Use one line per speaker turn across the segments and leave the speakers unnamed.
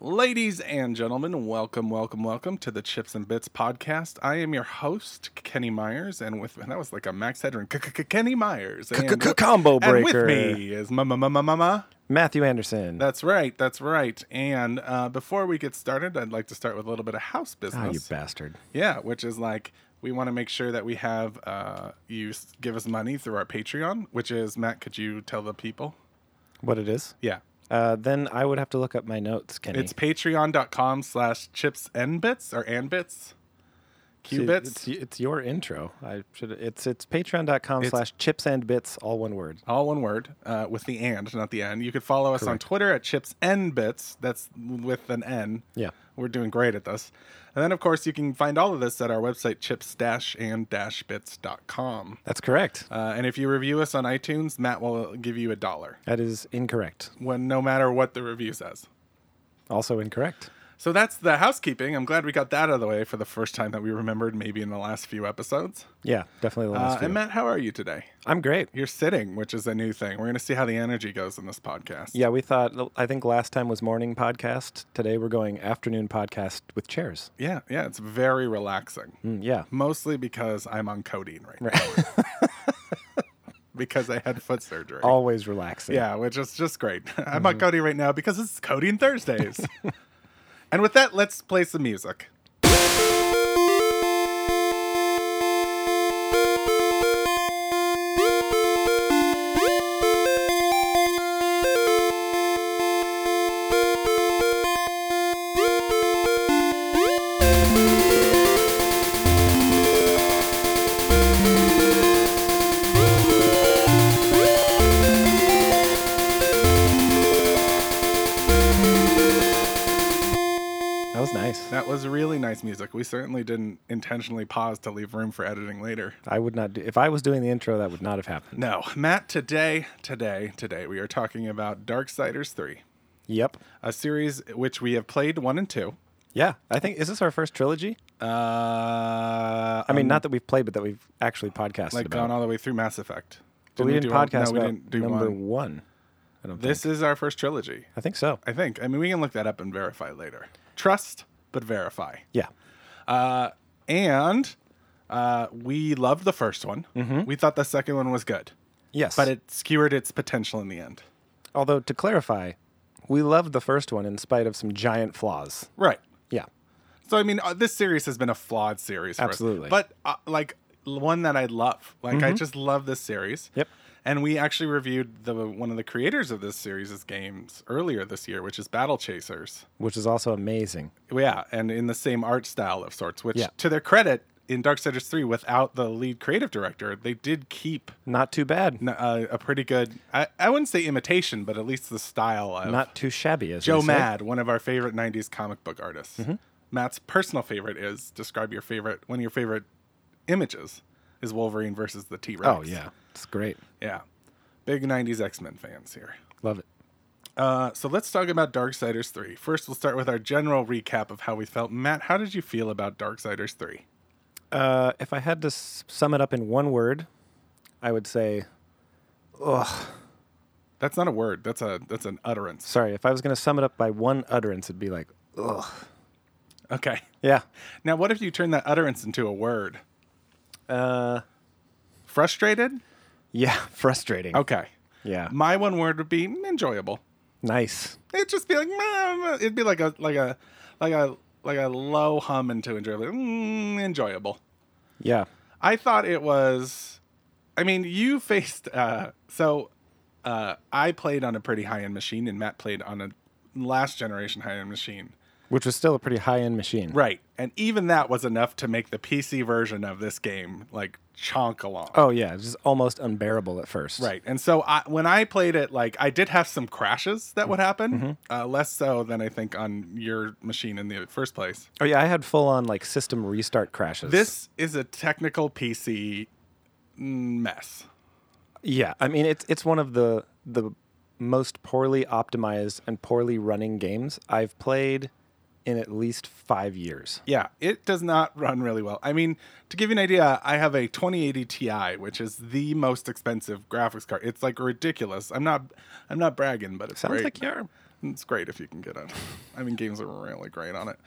Ladies and gentlemen, welcome, welcome, welcome to the Chips and Bits podcast. I am your host, Kenny Myers, and with that was like a Max Hedron, Kenny Myers, and,
Combo
and
breaker.
with me is Mama Mama Mama.
Matthew Anderson.
That's right, that's right. And uh, before we get started, I'd like to start with a little bit of house
oh, you
business.
bastard.
Yeah, which is like we want to make sure that we have uh, you s- give us money through our Patreon, which is Matt. Could you tell the people?
What it is?
Yeah.
Uh, then I would have to look up my notes, Kenny.
It's patreon.com slash chips and bits or and bits.
See,
Qubits.
It's, it's your intro. I should. It's it's patreon.com
It's-
slash chips and bits, all one word.
all one word uh, with the and, not the n. You could follow us on Twitter at chips and bits. That's with an n.
Yeah.
We're doing great at this. And then, of course, you can find all of this at our website, chips and bits.com.
That's correct.
Uh, and if you review us on iTunes, Matt will give you a dollar,
That is incorrect.
when no matter what the review says.
Also incorrect.
So that's the housekeeping. I'm glad we got that out of the way for the first time that we remembered, maybe in the last few episodes.
Yeah, definitely the
Uh,
last few.
and Matt, how are you today?
I'm great.
You're sitting, which is a new thing. We're going to see how the energy goes in this podcast.
Yeah, we thought. I think last time was morning podcast. Today we're going afternoon podcast with chairs.
Yeah, yeah, it's very relaxing.
Mm, yeah.
Mostly because I'm on codeine right,
Right.
now because I had foot surgery.
Always relaxing.
Yeah, which is just great. I'm
Mm-hmm.
on codeine right now because it's Codeine Thursdays. and with that, let's play some music.
That was nice.
That was really nice music. We certainly didn't intentionally pause to leave room for editing later.
I would not do. If I was doing the intro, that would not have happened.
No, Matt, today, today, today, we are talking about Darksiders 3,
Yep.
a series which we have played one and two.
Yeah, I think is this our first trilogy?
Uh,
I mean, not that we've played, but that we've actually podcasted
like
about.
gone all the way through Mass Effect.
But we didn't
do all-
podcast
no, we
about
didn't do
number
one.
one. I don't think.
This is our first trilogy,
I think so.
I think. I mean, we can look that up and verify later. Trust, but verify.
Yeah.
Uh, and uh, we loved the first one.
Mm-hmm.
We thought the second one was good,
Yes.
but it skewered its potential in the end.
although to clarify, we loved the first one in spite of some giant flaws.
Right.
Yeah.
So, I mean, uh, this series has been a flawed series. For us.
Absolutely.
But,
Mm-hmm.
uh, like, l- one that I love. Like, I just love this series.
Yep.
And we actually reviewed the one of the creators of this series' games earlier this year, which is Battle Chasers.
Which is also amazing.
Yeah, and in the same art style of sorts, which
Yeah.
to their credit, in Darksiders 3, without the lead creative director, they did keep
Not too bad.
n- uh, a pretty good, I, I wouldn't say imitation, but at least the style of
Not too shabby. As
Joe
we say. Mm-hmm.
Mad, one of our favorite 90s comic book artists. Matt's personal favorite is describe your favorite, one of your favorite images is Wolverine versus the T Rex.
Oh yeah, it's great.
Yeah. Big 90s X Men fans here.
Love it.
Uh, so let's talk about Darksiders 3. First, we'll start with our general recap of how we felt. Matt, how did you feel about Darksiders 3?
Uh, if I had to s- sum it up in one word, I would say, ugh.
That's not a word. That's a that's an utterance.
Sorry, if I was going to sum it up by one utterance, it'd be like, ugh.
Okay.
Yeah.
Now, what if you turn that utterance into a word?
Uh,
Frustrated?
yeah. Frustrating.
Okay.
Yeah.
My one word would be enjoyable.
Nice.
It'd just be like "Meh, meh." it'd be like a like a like a like a low hum into enjoyable. Mm, enjoyable.
Yeah.
I thought it was. I mean, you faced. Uh, so uh, I played on a pretty high end machine, and Matt played on a last generation high end machine.
Which was still a pretty high end machine.
Right. And even that was enough to make the PC version of this game like chonk along.
Oh, yeah. It was just almost unbearable at first.
Right. And so I, when I played it, like I did have some crashes that would happen, uh, less so than I think on your machine in the first place.
Oh, yeah. I had full on like system restart crashes.
This is a technical PC mess.
Yeah. I mean, it's, it's one of the, the most poorly optimized and poorly running games I've played in at least five years.
Yeah, it does not run really well. I mean, to give you an idea, I have a 2080 Ti, which is the most expensive graphics card. It's like ridiculous. I'm not, I'm not bragging, but it's
Sounds
great.
like you're
It's great if you can get it. I mean, games are really great on it.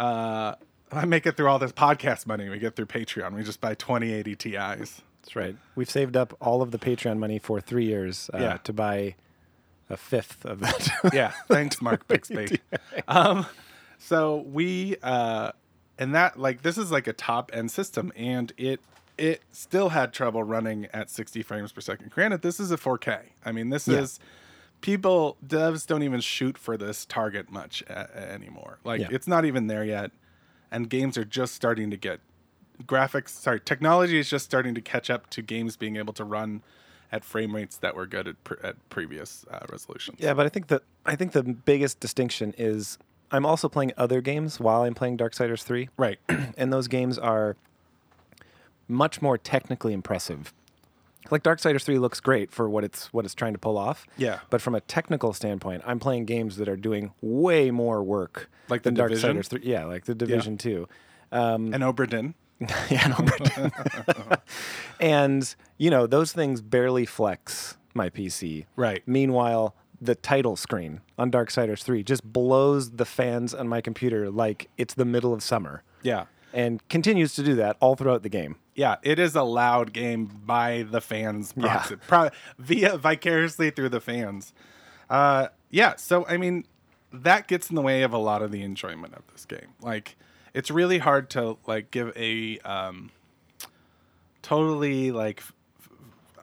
Uh, I make it through all this podcast money we get through Patreon. We just buy 2080 Ti's.
That's right. We've saved up all of the Patreon money for three years uh,
Yeah.
to buy a fifth of that.
Yeah, thanks, Mark Bixby. Um, so we uh, and that like this is like a top end system, and it it still had trouble running at 60 frames per second. Granted, this is a 4K. I mean, this
Yeah.
is people devs don't even shoot for this target much a- a- anymore. Like
Yeah.
it's not even there yet, and games are just starting to get graphics. Sorry, technology is just starting to catch up to games being able to run. At frame rates that were good at, pre- at previous uh, resolutions.
Yeah, but I think that I think the biggest distinction is I'm also playing other games while I'm playing Darksiders 3,
Right.
and those games are much more technically impressive. Like Darksiders 3 looks great for what it's what it's trying to pull off.
Yeah.
But from a technical standpoint, I'm playing games that are doing way more work
Like
than
The Division?
Darksiders 3. Yeah, like The Division 2.
and Oberdin.
yeah, no, pretend. and you know those things barely flex my PC.
Right.
Meanwhile, the title screen on Darksiders 3 just blows the fans on my computer like it's the middle of summer,
Yeah.
and continues to do that all throughout the game.
Yeah, it is a loud game by the fans, proxy, pro- via vicariously through the fans. Uh, yeah, so I mean, that gets in the way of a lot of the enjoyment of this game. Like, it's really hard to like give a um, totally like f- f-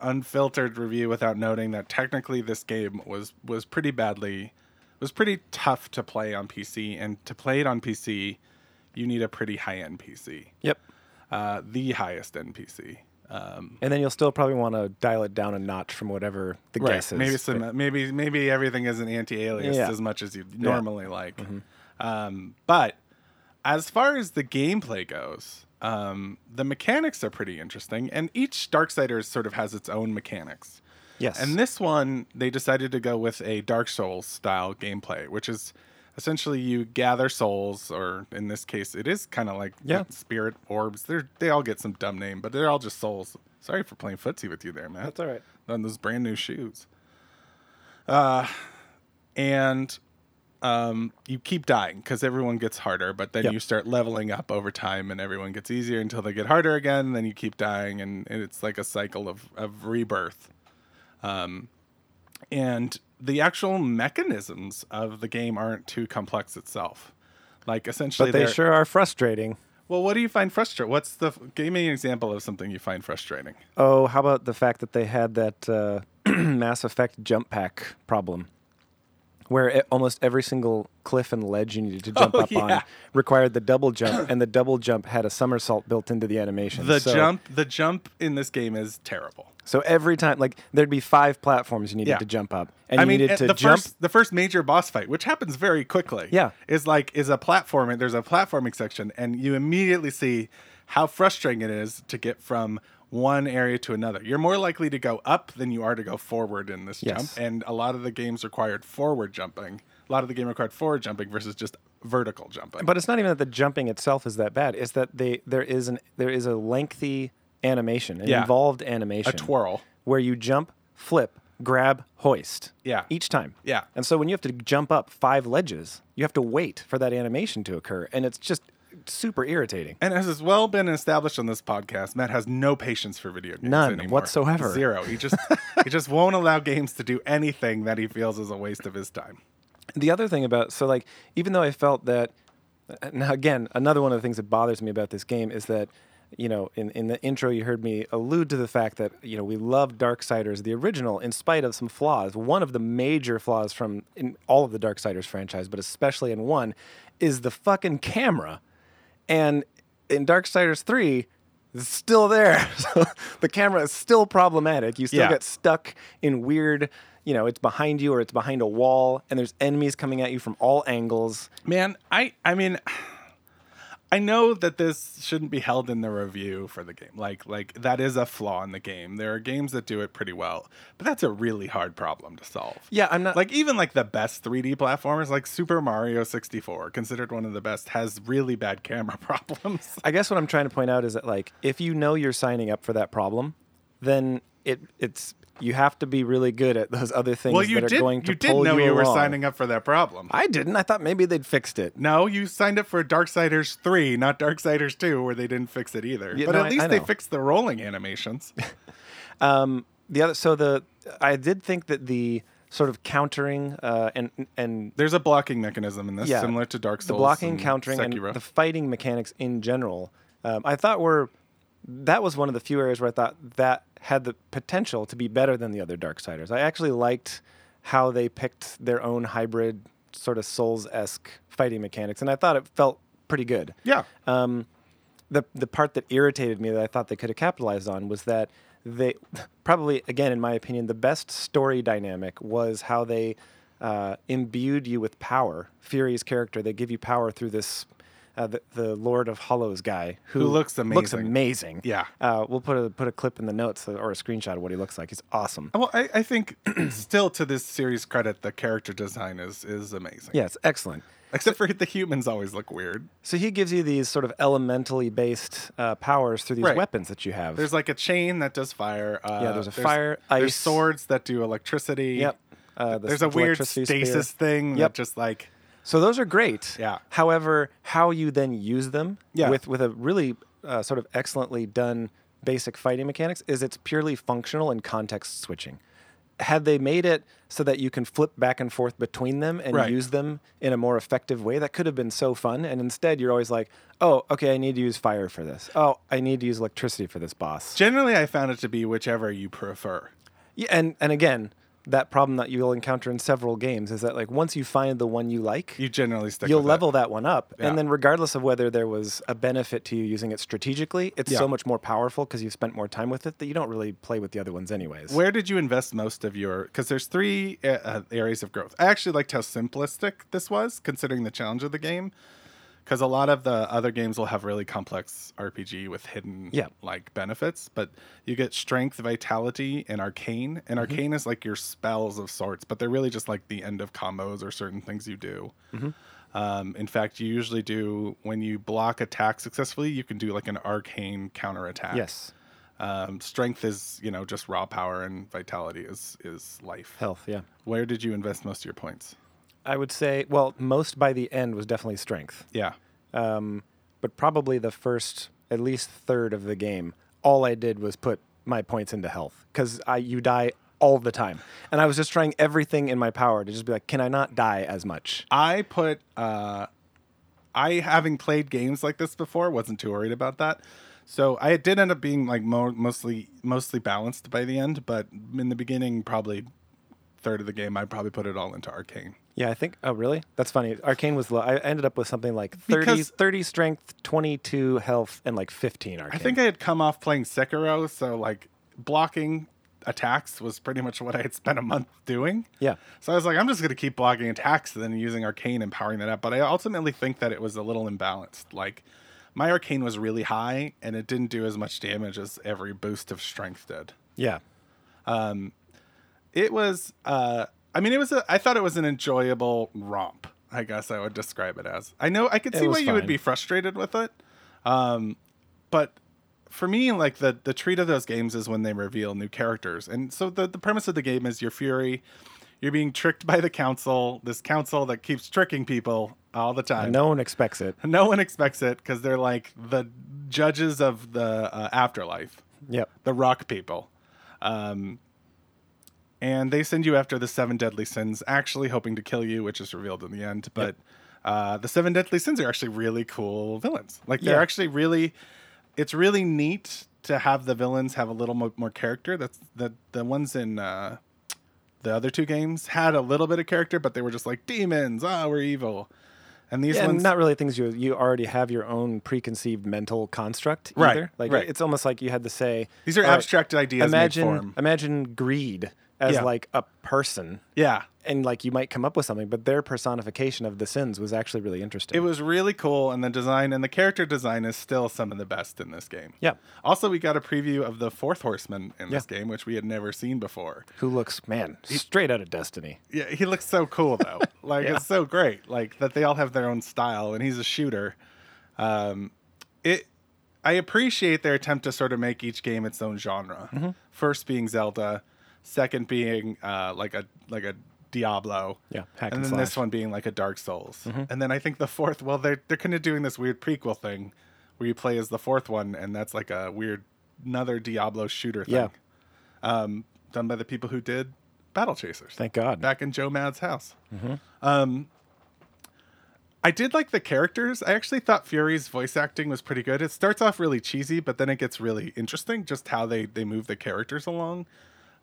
unfiltered review without noting that technically this game was was pretty badly was pretty tough to play on PC, and to play it on PC, you need a pretty high end PC.
Yep.
uh, the highest NPC. Um,
And then you'll still probably want to dial it down a notch from whatever the guess is.
Maybe some. Maybe maybe everything isn't anti-alias
Yeah. Mm-hmm.
as much as you normally like. Um, but as far as the gameplay goes, um, the mechanics are pretty interesting, and each Darksiders sort of has its own mechanics.
yes.
And this one, they decided to go with a Dark Souls style gameplay, which is essentially you gather souls, or in this case, it is kind of like
Yeah.
spirit orbs. They're they all get some dumb name, but they're all just souls. Sorry for playing footsie with you there, man.
That's all right.
On those brand new shoes. Uh, and um, you keep dying because everyone gets harder, but then
Yep.
you start leveling up over time, and everyone gets easier until they get harder again. And then you keep dying, and, and it's like a cycle of of rebirth Um, and the actual mechanisms of the game aren't too complex itself. Like essentially,
But they
they're-
sure are frustrating.
Well, what do you find frustrating? What's the give me an example of something you find frustrating?
Oh, how about the fact that they had that uh, Mass Effect jump pack problem, where it, almost every single cliff and ledge you needed to jump
Oh,
up on
yeah.
required the double jump, and the double jump had a somersault built into the animation.
The
so,
jump, the jump in this game is terrible.
So every time, like there'd be five platforms you needed
Yeah.
to jump up, and
I
you
mean,
needed
at
to
the
jump.
first the first major boss fight, which happens very quickly,
Yeah.
is like is a platform. There's a platforming section, and you immediately see how frustrating it is to get from one area to another. You're more likely to go up than you are to go forward in this
Yes.
jump, and a lot of the games required forward jumping. A lot of the game required forward jumping versus just vertical jumping.
But it's not even that the jumping itself is that bad. It's that they there is an there is a lengthy animation, an
Yeah.
involved animation,
twirl.
where you jump, flip, grab, hoist.
Yeah.
Each time.
Yeah.
And so when you have to jump up five ledges, you have to wait for that animation to occur, and it's just super irritating.
And as has well been established on this podcast, Matt has no patience for video games
None
anymore.
whatsoever.
Zero. He just he just won't allow games to do anything that he feels is a waste of his time.
The other thing about so like even though I felt that uh, now again another one of the things that bothers me about this game is that you know in, in the intro you heard me allude to the fact that you know we love Darksiders the original in spite of some flaws one of the major flaws from in all of the Darksiders franchise but especially in one is the fucking camera and in Darksiders 3 it's still there so the camera is still problematic you still
Yeah.
get stuck in weird you know it's behind you or it's behind a wall and there's enemies coming at you from all angles
Man, I I mean I know that this shouldn't be held in the review for the game. Like like that is a flaw in the game. There are games that do it pretty well, but that's a really hard problem to solve.
yeah i'm not
Like even like the best 3D platformers like Super Mario 64, considered one of the best, has really bad camera problems.
I guess what I'm trying to point out is that like if you know you're signing up for that problem, then it it's you have to be really good at those other things
Well, you
that are
did.
going to
You did
pull
know you, were
along.
signing up for that problem.
I didn't. I thought maybe they'd fixed it.
No, you signed up for Darksiders 3, not Darksiders 2, where they didn't fix it either.
Yeah,
but
no,
at
I-
least
I
they
know.
fixed the rolling animations.
Um, the other, so the I did think that the sort of countering uh, and and
There's a blocking mechanism in this,
Yeah.
similar to Dark Souls.
the blocking,
and
countering,
Sekiro.
and the fighting mechanics in general, um, I thought were that was one of the few areas where I thought that had the potential to be better than the other Darksiders. I actually liked how they picked their own hybrid sort of Souls esque fighting mechanics, and I thought it felt pretty good
yeah.
uh, the the part that irritated me that I thought they could have capitalized on was that they probably again in my opinion the best story dynamic was how they uh, imbued you with power. Fury's character they give you power through this uh, the, the Lord of Hollows guy who,
Who looks
Looks
amazing.
amazing.
Yeah.
uh, we'll put a put a clip in the notes or a screenshot of what he looks like. He's awesome.
well, I, I think still to this series credit, the character design is is amazing.
Yeah, it's excellent.
Except for the humans always look weird.
So he gives you these sort of elementally based uh, powers through these
Right.
weapons that you have.
There's like a chain that does fire. Uh,
there's a fire,
There's
ice.
swords that do electricity.
yep. Uh, the
There's a weird
electricity
stasis
spear.
thing
Yep.
that just like
So those are great.
Yeah.
However, how you then use them
Yeah.
with with a really uh, sort of excellently done basic fighting mechanics is it's purely functional and context switching. Had they made it so that you can flip back and forth between them and
Right.
use them in a more effective way, that could have been so fun. And instead, you're always like, "Oh, okay, I need to use fire for this. Oh, I need to use electricity for this boss."
generally I found it to be whichever you prefer.
Yeah, and and again, that problem that you'll encounter in several games is that like once you find the one you like,
You generally stick.
you'll
with it.
level that one up
Yeah.
and then regardless of whether there was a benefit to you using it strategically it's
Yeah.
so much more powerful because you've spent more time with it that you don't really play with the other ones anyways
Where did you invest most of your? Because there's three uh, uh, areas of growth. I actually liked how simplistic this was, considering the challenge of the game. Because a lot of the other games will have really complex RPG with hidden
Yeah.
like benefits, but you get strength, vitality, and arcane.
Mm-hmm.
And arcane is like your spells of sorts, but they're really just like the end of combos or certain things you do.
Mm-hmm.
Um, in fact, you usually do when you block attack successfully, you can do like an arcane counterattack.
yes
Um, strength is, you know, just raw power, and vitality is is life.
health yeah
Where did you invest most of your points?
i would say well most by the end was definitely strength
Yeah,
um, but probably the first at least third of the game all i did was put my points into health because i you die all the time and i was just trying everything in my power to just be like can i not die as much
I put. Uh, I having played games like this before, wasn't too worried about that. So I did end up being like mo- mostly mostly balanced by the end, but in the beginning, probably third of the game, I probably put it all into arcane.
Yeah, I think. Oh, really? That's funny. Arcane was low. I ended up with something like 30,
Because-
30 strength, 22 health, and like 15 arcane.
I think I had come off playing Sekiro, so like blocking attacks was pretty much what I had spent a month doing.
Yeah.
So I was like, I'm just going to keep blocking attacks and then using arcane and powering that up. But I ultimately think that it was a little imbalanced. Like, my arcane was really high and it didn't do as much damage as every boost of strength did.
Yeah.
It was, uh, I mean, it was, a, I thought it was an enjoyable romp, I guess I would describe it as. I know I could see
was
why you would
fine.
be frustrated with it. Um, but for me, like the the treat of those games is when they reveal new characters. And so the, the premise of the game is you're Fury, you're being tricked by the council, this council that keeps tricking people all the time.
No one expects it.
No one expects it because they're like the judges of the uh, afterlife,
Yep.
the rock people. Um, and they send you after the seven deadly sins, actually hoping to kill you, which is revealed in the end. But uh, the seven deadly sins are actually really cool villains. Like they're
Yeah.
actually really, it's really neat to have the villains have a little mo- more character. That's the the ones in uh, the other two games had a little bit of character, but they were just like demons. Ah, we're evil. And these
Yeah, and
ones,
not really things you you already have your own preconceived mental construct
Right,
either. Like
right.
it's almost like you had to say
these are
"All right,
abstract ideas. made
Imagine
form.
imagine greed as
Yeah.
like a person.
yeah.
And like you might come up with something, but their personification of the sins was actually really interesting.
It was really cool, and the design and the character design is still some of the best in this game.
yeah.
Also, we got a preview of the fourth horseman in this game, which we had never seen before.
Who looks man straight out of Destiny?
Yeah, he looks so cool though. like it's so great. Like that they all have their own style, and he's a shooter. Um, it.
Mm-hmm.
I appreciate their attempt to sort of make each game its own genre. First being Zelda, Second being uh, like a like a Diablo.
Yeah, hack
and
and
then this
slash. Mm-hmm.
one being like a Dark Souls. And then I think the fourth. Well, they're they're kind of doing this weird prequel thing, where you play as the fourth one, and that's like a weird another Diablo shooter thing.
Yeah.
Um, done by the people who did Battle Chasers
Thank God.
back in Joe Mad's house. Um, I did like the characters. I actually thought Fury's voice acting was pretty good. It starts off really cheesy, but then it gets really interesting just how they, they move the characters along.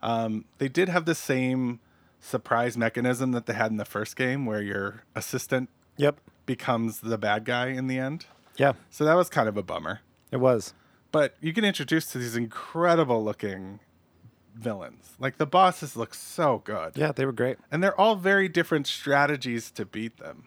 Um, they did have the same surprise mechanism that they had in the first game where your assistant
Yep.
becomes the bad guy in the end.
Yeah,
So that was kind of a bummer.
it was.
But you get introduced to these incredible looking villains. Like the bosses look so good
Yeah, they were great.
and they're all very different strategies to beat them.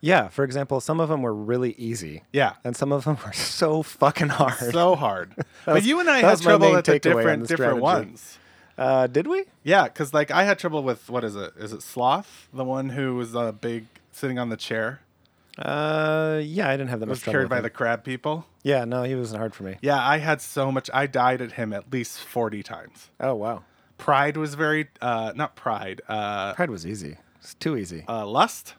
Yeah, for example, some of them were really easy.
Yeah.
And some of them were so fucking hard.
So hard. but
was-
you and I
that
had
was my
trouble
main
at the
takeaway on
different
the
different
strategy.
ones.
Uh, did we?
Yeah, because like I had trouble with what is it? Is it Sloth, the one who was uh, big sitting on the chair,
Uh, yeah, I didn't have that
was
much trouble.
carried
with
by
him.
the crab people?
Yeah, no, he wasn't hard for me.
Yeah, I had so much. I died at him at least forty times.
Oh wow,
Pride was very uh, not pride. Uh,
Pride was easy. It's too easy.
uh, lust.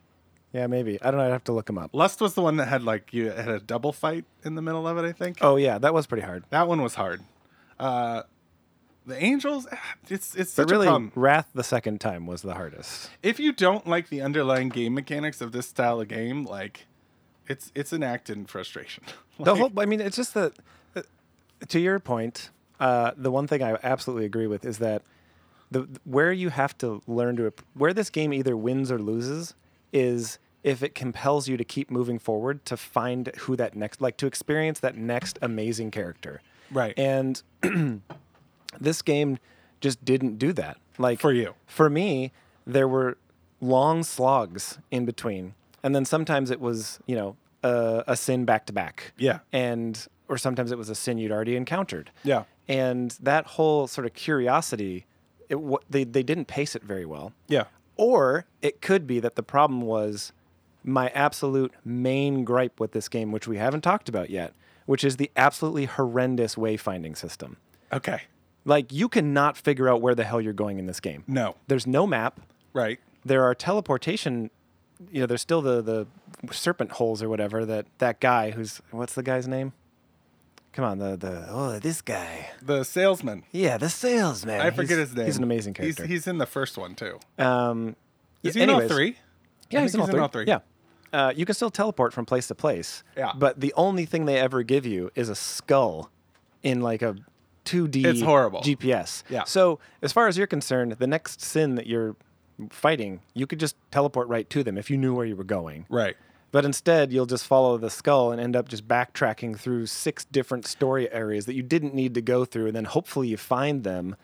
yeah, maybe. I don't know. I'd have to look him up.
Lust was the one that had like you had a double fight in the middle of it. I think.
Oh yeah, that was pretty hard.
That one was hard. Uh, the Angels, eh, it's it's such
But really,
a problem.
Wrath the second time was the hardest.
If you don't like the underlying game mechanics of this style of game, like it's it's an act in frustration.
the
Like,
whole i mean it's just that uh, to your point uh, the one thing i absolutely agree with is that the where you have to learn to ap- where this game either wins or loses is if it compels you to keep moving forward to find who that next like to experience that next amazing character
Right.
and this game just didn't do that like
For you.
for me, there were long slogs in between, and then sometimes it was you know a, a sin back to back.
Yeah.
and or sometimes it was a sin you'd already encountered.
Yeah.
and that whole sort of curiosity, it, wa they they didn't pace it very well.
yeah,
Or it could be that the problem was my absolute main gripe with this game, which we haven't talked about yet, which is the absolutely horrendous wayfinding system.
okay,
Like you cannot figure out where the hell you're going in this game.
no,
There's no map.
right,
There are teleportation. You know, there's still the the serpent holes or whatever that that guy who's what's the guy's name? Come on, the the oh this guy.
the salesman.
Yeah, the salesman.
I forget
He's-
his name.
He's an amazing
He's-
character.
He's, in the first one too.
um,
Is
yeah,
he in all
anyways.
three?
Yeah,
I
he's in,
think
all,
he's
three.
in all three.
Yeah. Uh, you can still teleport from place to place.
Yeah.
But the only thing they ever give you is a skull in like a 2D
It's horrible.
GPS.
Yeah.
So, as far as you're concerned, the next sin that you're fighting, you could just teleport right to them if you knew where you were going.
Right.
But instead, you'll just follow the skull and end up just backtracking through six different story areas that you didn't need to go through. And then hopefully you find them.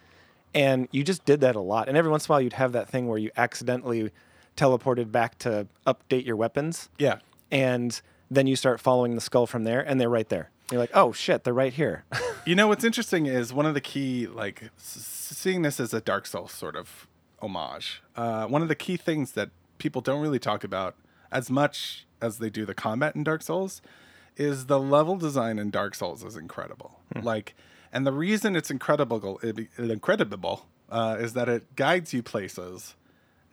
And you just did that a lot. And every once in a while, you'd have that thing where you accidentally teleported back to update your weapons.
Yeah.
And then you start following the skull from there, and they're right there. You're like, oh shit, they're right here.
You know what's interesting is one of the key, like s- seeing this as a Dark Souls sort of homage. Uh, one of the key things that people don't really talk about as much as they do the combat in Dark Souls is the level design in Dark Souls is incredible. Like, and the reason it's incredible, it- incredible, uh, is that it guides you places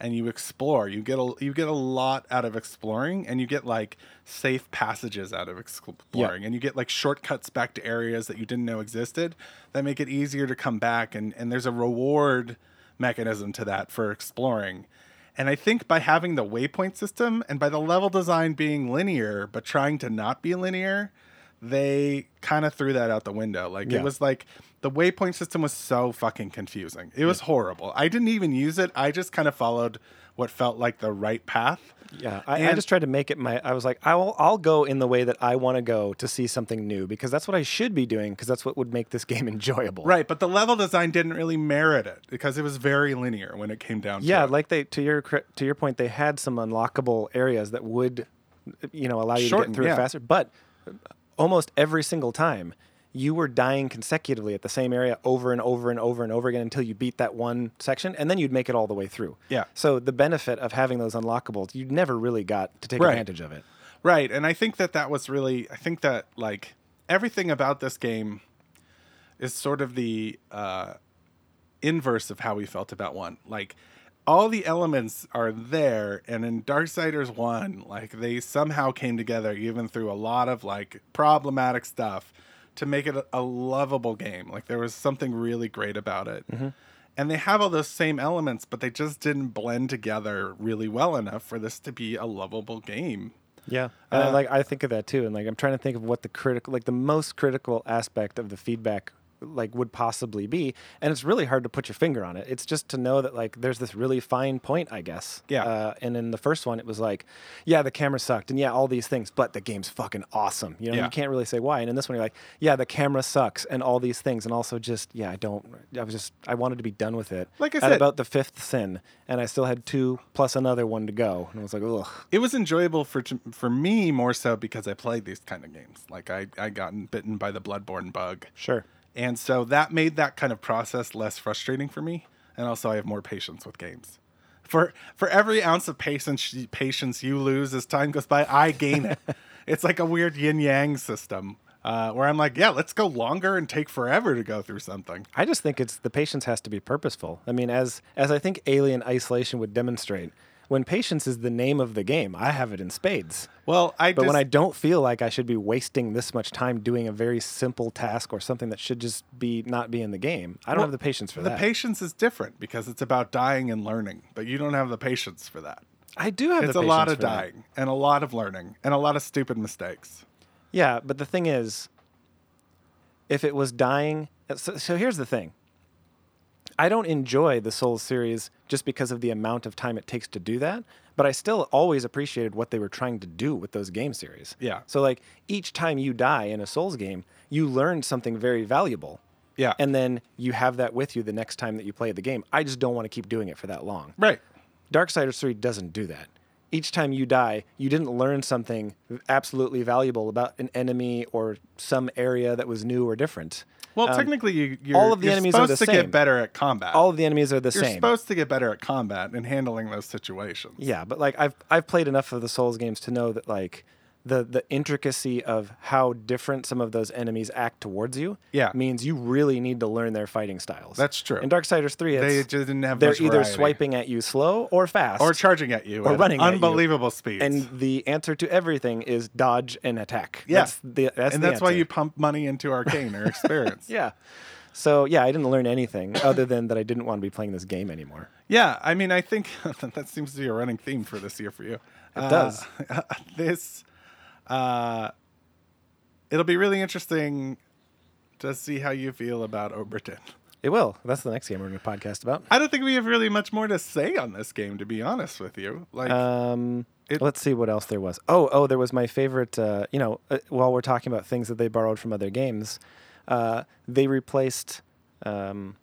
and you explore. You get a you get a lot out of exploring, and you get like safe passages out of exploring, and you get like shortcuts back to areas that you didn't know existed that make it easier to come back. and And there's a reward mechanism to that for exploring. And I think by having the waypoint system and by the level design being linear but trying to not be linear, they kind of threw that out the window. Like
Yeah.
it was like the waypoint system was so fucking confusing. It was horrible. I didn't even use it. I just kind of followed what felt like the right path.
yeah. I, I
And-
just tried to make it my, I was like, I'll, I'll go in the way that I want to go to see something new because that's what I should be doing because that's what would make this game enjoyable.
Right, but the level design didn't really merit it because it was very linear when it came down
Yeah,
to it.
like they to your cre- to your point, they had some unlockable areas that would, you know, allow you
Shorten,
to get through
yeah.
it faster. But almost every single time, you were dying consecutively at the same area over and over and over and over again until you beat that one section, and then you'd make it all the way through.
Yeah.
So the benefit of having those unlockables, you never really got to take
Right.
advantage of it.
Right, and I think that that was really I think that like everything about this game is sort of the uh inverse of how we felt about one. Like all the elements are there, and in Darksiders one, like they somehow came together even through a lot of like problematic stuff to make it a, a lovable game. Like there was something really great about it. And they have all those same elements, but they just didn't blend together really well enough for this to be a lovable game.
Yeah, and
Uh,
I, like I think of that too, and like I'm trying to think of what the critical, like the most critical aspect of the feedback, like would possibly be, and it's really hard to put your finger on it. It's just to know that like there's this really fine point, I guess.
Yeah.
Uh, and in the first one, it was like, yeah, the camera sucked, and yeah, all these things, but the game's fucking awesome. You know,
Yeah.
you can't really say why. And in this one, you're like, yeah, the camera sucks, and all these things, and also just yeah, I don't. I was just I wanted to be done with it.
Like I
at
said-
about the fifth sin, and I still had two plus another one to go, and I was like, ugh.
it was enjoyable for for me more so because I played these kind of games. Like I I gotten bitten by the bloodborne bug,
Sure.
and so that made that kind of process less frustrating for me. And also, I have more patience with games. For for every ounce of patience patience you lose as time goes by, I gain it. it's like a weird yin yang system uh, where I'm like, yeah, let's go longer and take forever to go through something.
I just think it's the patience has to be purposeful. I mean, as as I think Alien Isolation would demonstrate, when patience is the name of the game, I have it in spades.
Well, I
But
just,
when I don't feel like I should be wasting this much time doing a very simple task or something that should just be not be in the game, I don't have the patience for
the
that.
patience is different because it's about dying and learning, but you don't have the patience for that.
I do have
It's
the
a lot
patience
of
for that.
dying and a lot of learning and a lot of stupid mistakes.
Yeah, but the thing is, if it was dying, so, so here's the thing. I don't enjoy the Souls series just because of the amount of time it takes to do that, but I still always appreciated what they were trying to do with those game series.
Yeah.
So like each time you die in a Souls game, you learn something very valuable.
Yeah.
And then you have that with you the next time that you play the game. I just don't want to keep doing it for that long.
right.
Darksiders 3 doesn't do that. Each time you die, you didn't learn something absolutely valuable about an enemy or some area that was new or different.
Well, technically, you, you're, all of the enemies
are
supposed
Um, the
to
same.
get better at combat.
All of the enemies are the
you're
same.
supposed to get better at combat and handling those situations.
yeah, but like I've I've played enough of the Souls games to know that like the the intricacy of how different some of those enemies act towards you
Yeah.
means you really need to learn their fighting styles.
That's true.
In Darksiders 3, it's,
They just didn't have
they're
much
either
variety.
swiping at you slow or fast.
Or charging at you. Or
running at you.
Unbelievable speeds.
and the answer to everything is dodge and attack.
Yeah.
That's the, that's
And
the
that's why
answer.
you pump money into Arcane or Experience.
Yeah. So yeah, I didn't learn anything other than that I didn't want to be playing this game anymore.
Yeah, I mean, I think that seems to be a running theme for this year for you. It
does.
This, uh, it'll be really interesting to see how you feel about Oberton.
It will. That's the next game we're going to podcast about.
I don't think we have really much more to say on this game, to be honest with you. Like,
Um,
It-
let's see what else there was. Oh, oh, there was my favorite. Uh, you know, uh, while we're talking about things that they borrowed from other games, uh, they replaced um,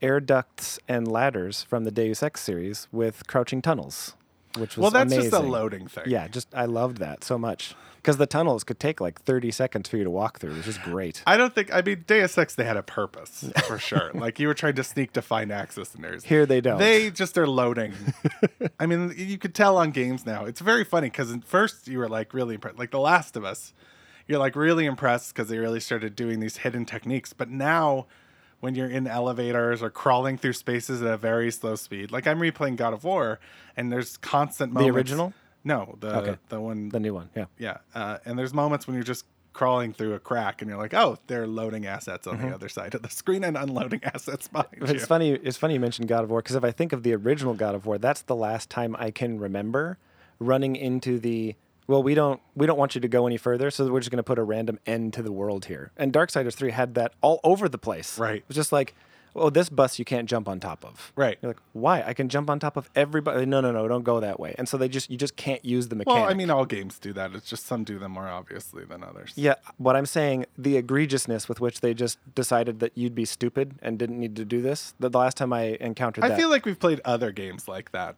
air ducts and ladders from the Deus Ex series with crouching tunnels, which was
well, that's
amazing.
just a loading thing.
Yeah, just I loved that so much because the tunnels could take like 30 seconds for you to walk through, which is great.
I don't think. I mean, Deus Ex they had a purpose for sure. like you were trying to sneak to find access in there.
Here they don't.
They just are loading. I mean, you could tell on games now. It's very funny because at first you were like really impressed, like The Last of Us. You're like really impressed because they really started doing these hidden techniques. But now, when you're in elevators or crawling through spaces at a very slow speed, like I'm replaying God of War, and there's constant moments.
original?
No, the the one
the new one, yeah.
yeah, uh, and there's moments when you're just crawling through a crack, and you're like, "Oh, they're loading assets on the other side of the screen and unloading assets behind
But
you."
Mm-hmm. it's funny. It's funny you mentioned God of War because if I think of the original God of War, that's the last time I can remember running into the. Well, we don't we don't want you to go any further, so we're just going to put a random end to the world here. And Darksiders three had that all over the place.
Right.
It was just like, oh, this bus you can't jump on top of.
Right.
You're like, why? I can jump on top of everybody. No, no, no, don't go that way. And so they just you just can't use the mechanic.
Well, I mean, all games do that. It's just some do them more obviously than others.
Yeah, what I'm saying, the egregiousness with which they just decided that you'd be stupid and didn't need to do this. The, the last time I encountered
I
that,
feel like we've played other games like that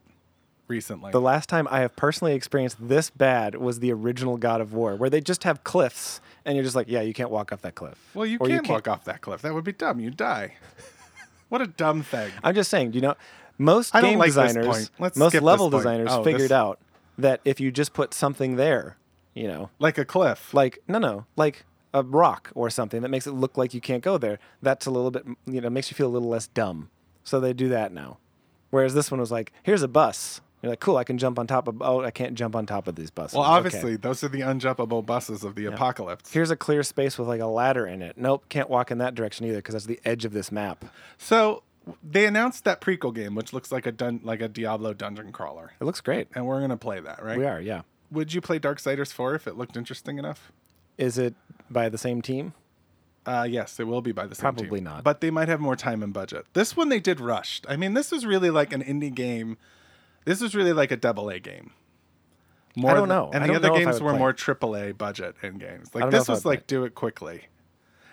recently.
the last time I have personally experienced this bad was the original God of War, where they just have cliffs and you're just like, yeah, you can't walk off that cliff.
well, you
Or
can't, walk off that cliff. That would be dumb. You die. what a dumb thing.
I'm just saying, you know, most
I don't
game
like this
designers,
point. Let's
most
skip this
level
point.
designers
Oh,
figured
this-
out that if you just put something there, you know,
Like a cliff.
like no, no, like a rock or something that makes it look like you can't go there. That's a little bit, you know, makes you feel a little less dumb. So they do that now. Whereas this one was like, here's a bus. You're like, cool, I can jump on top of, oh, I can't jump on top of these buses.
Well,
Okay.
obviously, those are the unjumpable buses of the apocalypse.
Here's a clear space with like a ladder in it. Nope, can't walk in that direction either because that's the edge of this map.
So they announced that prequel game, which looks like a dun- like a Diablo dungeon crawler,
It looks great.
and we're gonna play that, right?
We are, yeah.
Would you play Darksiders Four if it looked interesting enough?
Is it by the same team?
Uh, yes, it will be by the same team.
Probably not.
But they might have more time and budget. This one they did rushed. I mean, this was really like an indie game. This was really like a double A game. More th-
don't know.
And the
I don't
other
know if I
games
would
were
play
more triple A budget in games. Like
don't know
this
if I
was
would
like do it quickly.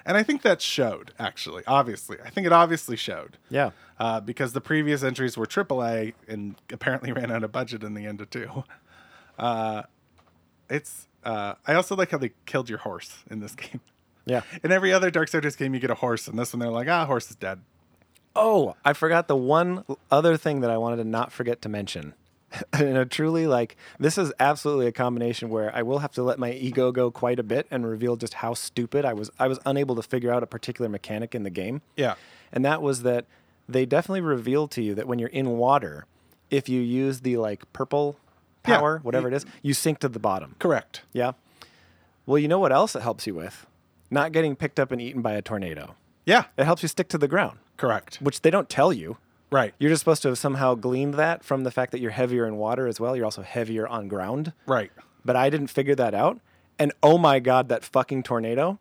And I think that showed actually. Obviously, I think it obviously showed.
Yeah.
Uh, because the previous entries were AAA and apparently ran out of budget in the end of two. Uh, it's. Uh, I also like how they killed your horse in this game.
Yeah.
In every other Darksiders game, you get a horse, and this one they're like, ah, horse is dead.
Oh, I forgot the one other thing that I wanted to not forget to mention. you know, truly, like this is absolutely a combination where I will have to let my ego go quite a bit and reveal just how stupid I was. I was unable to figure out a particular mechanic in the game.
Yeah.
and that was that they definitely reveal to you that when you're in water, if you use the like purple
Yeah.
power, whatever it is, you sink to the bottom.
Correct.
Yeah. Well, you know what else it helps you with? Not getting picked up and eaten by a tornado.
Yeah.
It helps you stick to the ground,
Correct.
which they don't tell you.
Right.
You're just supposed to have somehow gleaned that from the fact that you're heavier in water as well. You're also heavier on ground.
Right.
But I didn't figure that out. And oh my God, that fucking tornado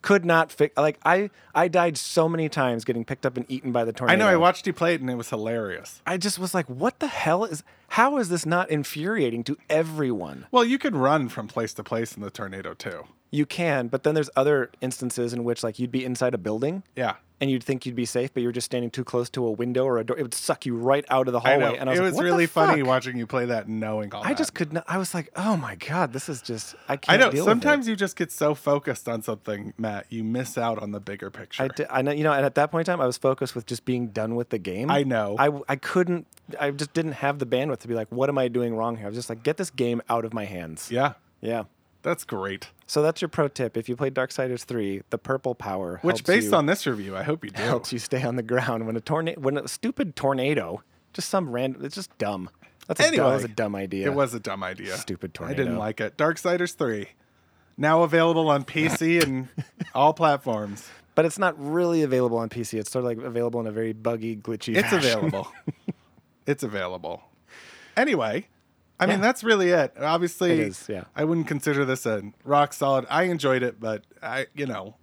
could not fix. Like, I, I died so many times getting picked up and eaten by the
I
tornado.
know. I watched you play it, and it was hilarious.
I just was like, what the hell is. How is this not infuriating to everyone?
Well, you could run from place to place in the tornado too.
You can, but then there's other instances in which, like, you'd be inside a building
Yeah.
and you'd think you'd be safe, but you're just standing too close to a window or a door. It would suck you right out of the
I
hallway.
know.
and I was
it
like,
was
"What the
really funny
fuck?"
watching you play that, and knowing all
I
that.
just could not. I was like, oh my god, this is just. I
I
can't.
know.
Deal
Sometimes you just get so focused on something, Matt, you miss out on the bigger picture.
with it. I, did, I know. You know, and at that point in time, I was focused with just being done with the game.
I know.
I I couldn't. I just didn't have the bandwidth to be like, what am I doing wrong here? I was just like, get this game out of my hands.
yeah.
Yeah.
That's great.
So that's your pro tip. If you play Darksiders 3, the purple power,
Which,
helps
based
you,
on this review, I hope you do.
helps you stay on the ground when a tornado, when a stupid tornado, just some random, it's just dumb. That's a, dumb, that was a
Anyway,
dumb idea.
It was a dumb idea.
Stupid
I didn't
tornado.
like it. Darksiders 3. Now available on PC and all platforms.
but it's not really available on PC. It's sort of like available in a very buggy, glitchy.
It's
fashion.
available. it's available. Anyway, I mean that's really it. Obviously,
It is, yeah.
I wouldn't consider this a rock solid. I enjoyed it, but I, you know,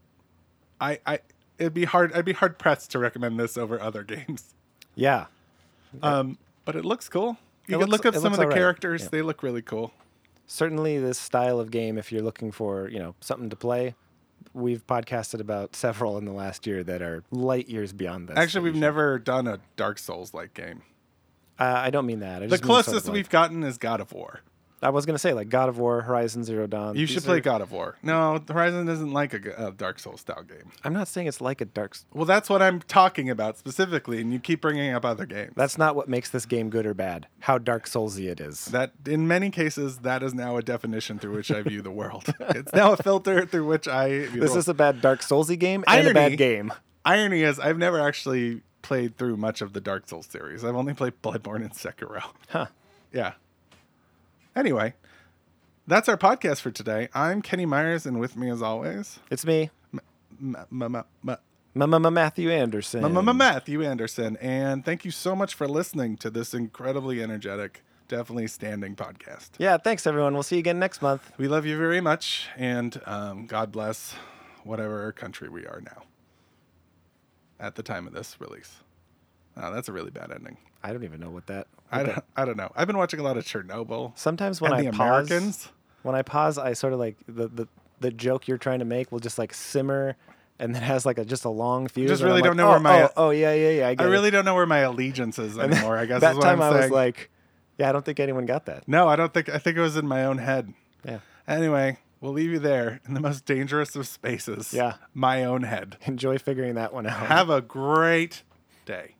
I, I, it'd be hard. I'd be hard pressed to recommend this over other games.
Yeah,
Um, but it looks cool. You can
It looks-
look up
it
some
looks
of the
alright.
characters. They look really cool.
certainly this style of game. If you're looking for you know something to play, we've podcasted about several in the last year that are light years beyond this.
Actually, we've never done a Dark Souls like game.
uh, I don't mean that. I
The
just mean sort of
closest
like-
we've gotten is God of War.
I was gonna say like God of War, Horizon Zero Dawn.
You
These
should play
are-
God of War. No, Horizon isn't like a, g- a Dark Souls style game.
I'm not saying it's like a Dark. S-
Well, that's what I'm talking about specifically, and you keep bringing up other games.
That's not what makes this game good or bad. How Dark Soulsy it is.
that in many cases that is now a definition through which I view the world. it's now a filter through which I view
This
the
is a bad Dark Soulsy game and a
Irony.
bad game.
irony is I've never actually played through much of the Dark Souls series. I've only played Bloodborne and Sekiro. Huh. Yeah. Anyway, that's our podcast for today. I'm Kenny Myers, and with me as always,
It's me,
M- M- M- M-
M- M- M- Matthew Anderson.
M- M- Matthew Anderson. And thank you so much for listening to this incredibly energetic, definitely standing podcast.
Yeah, thanks everyone. We'll see you again next month.
We love you very much, and um, God bless whatever country we are now at the time of this release. Oh, that's a really bad ending.
I don't even know what that.
I don't, I don't know. I've been watching a lot of Chernobyl.
Sometimes when
And
I
the
pause,
Americans?
when I pause, I sort of like the, the the joke you're trying to make will just like simmer, and then has like a just a long fuse.
Just
and I'm
really
like,
don't know
oh,
where my-
Oh, oh, yeah, yeah, yeah. I,
I
get it."
really don't know where my allegiance is anymore. I guess
that
is what
time
I'm
I was
saying.
like, yeah, I don't think anyone got that.
no, I don't think. I think it was in my own head.
Yeah.
Anyway, we'll leave you there in the most dangerous of spaces.
Yeah.
my own head.
Enjoy figuring that one out.
Have a great day.